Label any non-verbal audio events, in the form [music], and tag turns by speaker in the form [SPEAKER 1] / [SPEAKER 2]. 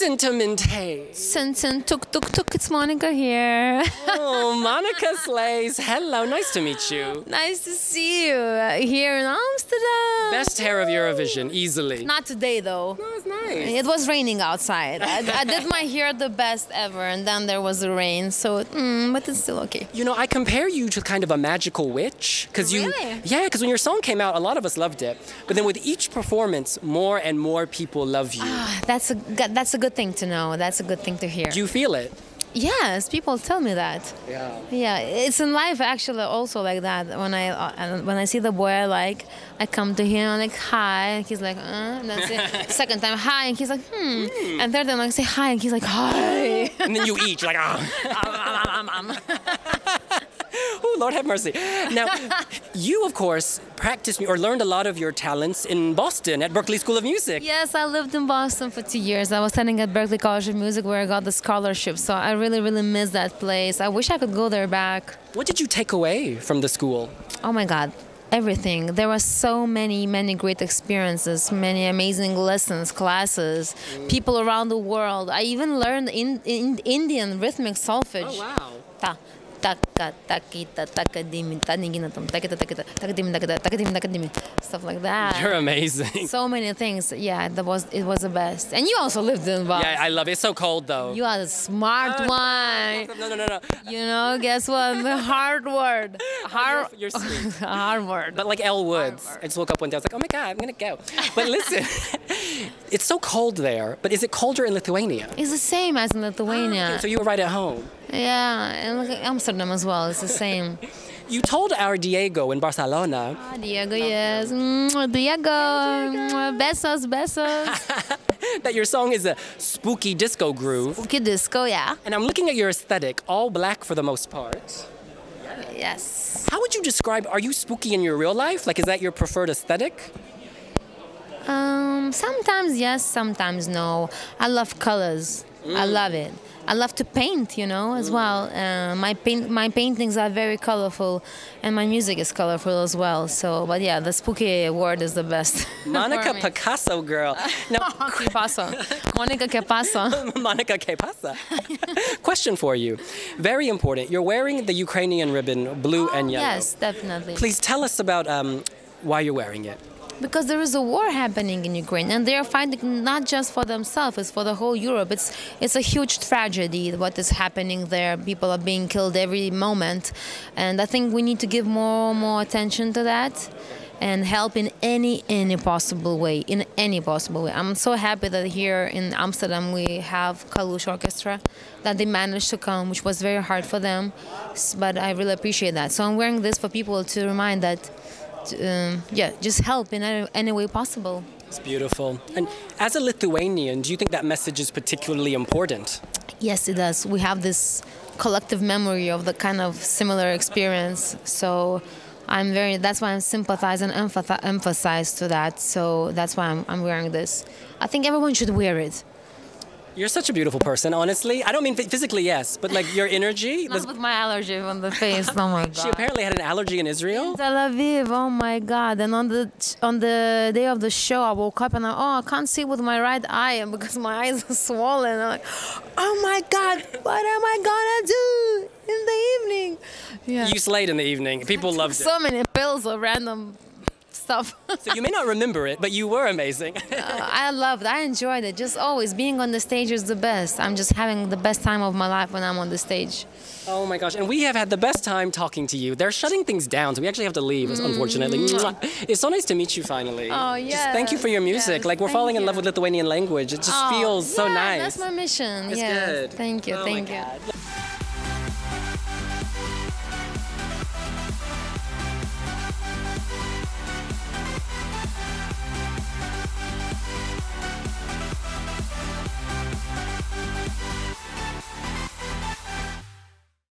[SPEAKER 1] Sentimente.
[SPEAKER 2] Sensen tuk tuk tuk. It's Monica here. [laughs]
[SPEAKER 1] Oh, Monica Slays. Hello, nice to meet you.
[SPEAKER 2] nice to see you uh, here in Amsterdam.
[SPEAKER 1] Best hair of Eurovision, easily.
[SPEAKER 2] Not today though.
[SPEAKER 1] That was nice.
[SPEAKER 2] It was raining outside. I, I did my hair the best ever, and then there was the rain. So, mm, but it's still okay. [sighs]
[SPEAKER 1] You know, I compare you to kind of a magical witch because you,
[SPEAKER 2] Really?
[SPEAKER 1] yeah, because when your song came out, a lot of us loved it. But then with each performance, more and more people love you.
[SPEAKER 2] Ah. That's a good- that's a good thing to know. That's a good thing to hear.
[SPEAKER 1] Do you feel it?
[SPEAKER 2] yes, people tell me that.
[SPEAKER 1] Yeah.
[SPEAKER 2] Yeah, it's in life actually also like that. When I uh, when I see the boy I like, I come to him I'm like hi, and he's like, uh, and then say, second time hi, and he's like hmm, and third time I say hi, and he's like hi.
[SPEAKER 1] And then you eat, you're like, ah. Oh, Lord have mercy. Now, you, of course, practiced or learned a lot of your talents in Boston at Berklee School of Music.
[SPEAKER 2] yes, I lived in Boston for two years. I was studying at Berklee College of Music where I got the scholarship. So I really really miss that place. I wish I could go there back.
[SPEAKER 1] What did you take away from the school?
[SPEAKER 2] oh my god everything there were so many many great experiences many amazing lessons classes people around the world i even learned in, in indian rhythmic
[SPEAKER 1] Oh,
[SPEAKER 2] solfege Ta- ta- ka- ta- ki- ta- ta- ka- dim- ta- ni- gi- na- tum- ta- ki- ta- ta- ki- ta- ta- ki- dim- ta- ki- ta- ta- ki- dim- ta- ki- dim. stuff like
[SPEAKER 1] You're
[SPEAKER 2] that
[SPEAKER 1] amazing. [laughs]
[SPEAKER 2] so many things yeah that was it was the best and you also lived in Boston.
[SPEAKER 1] Yeah, I Ah, love it. It's so cold, though.
[SPEAKER 2] you are the smart one
[SPEAKER 1] no, no, no, no.
[SPEAKER 2] you know guess what the hard
[SPEAKER 1] [laughs]
[SPEAKER 2] word hard
[SPEAKER 1] You're sweet.
[SPEAKER 2] [laughs] hard word
[SPEAKER 1] But like Elle Woods, I just woke up one day. I was like, oh my god, I'm gonna go. But listen, [laughs] it's so cold there. But is it colder in Lithuania?
[SPEAKER 2] It's the same as in Lithuania.
[SPEAKER 1] So you were right at home.
[SPEAKER 2] yeah, and look at Amsterdam as well. It's the [laughs] same.
[SPEAKER 1] You told our Diego in Barcelona
[SPEAKER 2] Ah, Diego, yes. Mm, Diego. Mm, Besos, [laughs] besos.
[SPEAKER 1] that your song is a spooky disco groove.
[SPEAKER 2] Spooky disco, yeah.
[SPEAKER 1] And I'm looking at your aesthetic, all black for the most part.
[SPEAKER 2] Yes.
[SPEAKER 1] How would you describe? Are you spooky in your real life? Like, is that your preferred aesthetic?
[SPEAKER 2] Um, sometimes yes, sometimes no. I love colors. I love it. I love to paint, you know, as well. Uh, my paint, my paintings are very colorful, and my music is colorful as well. So, but yeah, the spooky word is the best.
[SPEAKER 1] Monica
[SPEAKER 2] [laughs] for me.
[SPEAKER 1] Picasso, girl.
[SPEAKER 2] [laughs]
[SPEAKER 1] Now,
[SPEAKER 2] Que pasa? Monica, que pasa?
[SPEAKER 1] [laughs] Monica, ¿qué pasa? [laughs] Question for you. Very important. You're wearing the Ukrainian ribbon, blue and yellow.
[SPEAKER 2] Oh, Yes, definitely.
[SPEAKER 1] Please tell us about um, why you're wearing it.
[SPEAKER 2] Because there is a war happening in Ukraine, and they are fighting not just for themselves, it's for the whole Europe. It's it's a huge tragedy what is happening there. People are being killed every moment, and I think we need to give more more attention to that, and help in any any possible way, in any possible way. I'm so happy that here in Amsterdam we have Kalush Orchestra, that they managed to come, which was very hard for them, S- but I really appreciate that. So I'm wearing this for people to remind that um, yeah, just help in any, any way possible.
[SPEAKER 1] It's beautiful. And as a Lithuanian, do you think that message is particularly important?
[SPEAKER 2] Yes, it does. We have this collective memory of the kind of similar experience. So I'm very, that's why I'm sympathize and emphathi- emphasize to that. So that's why I'm, I'm wearing this. I think everyone should wear it.
[SPEAKER 1] You're such a beautiful person, honestly. I don't mean phy- physically, yes, but like your energy.
[SPEAKER 2] [laughs] Not
[SPEAKER 1] was-
[SPEAKER 2] with my allergy on the face. Oh my [laughs] God.
[SPEAKER 1] she apparently had an allergy in Israel.
[SPEAKER 2] Tel Aviv, oh my God! And on the on the day of the show, I woke up and I oh I can't see with my right eye [laughs] because my eyes are swollen. I'm like, oh my God, what am I gonna do in the evening? Yeah,
[SPEAKER 1] You slayed in the evening.
[SPEAKER 2] [laughs]
[SPEAKER 1] People loved it.
[SPEAKER 2] so many pills of random
[SPEAKER 1] [laughs]
[SPEAKER 2] stuff.
[SPEAKER 1] So you may not remember it, but you were amazing. [laughs]
[SPEAKER 2] I loved, I enjoyed it. Just always being on the stage is the best. I'm just having the best time of my life when I'm on the stage.
[SPEAKER 1] Oh my gosh, and we have had the best time talking to you. They're shutting things down, so we actually have to leave, unfortunately. Mwah. It's so nice to meet you finally.
[SPEAKER 2] Mm. Oh,
[SPEAKER 1] Just thank you for your music.
[SPEAKER 2] yes,
[SPEAKER 1] like, we're
[SPEAKER 2] thank
[SPEAKER 1] falling in love
[SPEAKER 2] you.
[SPEAKER 1] with Lithuanian language. It just
[SPEAKER 2] Oh,
[SPEAKER 1] feels so
[SPEAKER 2] yeah,
[SPEAKER 1] nice.
[SPEAKER 2] That's my mission.
[SPEAKER 1] it's
[SPEAKER 2] yes.
[SPEAKER 1] good.
[SPEAKER 2] Thank you.
[SPEAKER 1] Oh my
[SPEAKER 2] thank you.
[SPEAKER 1] God.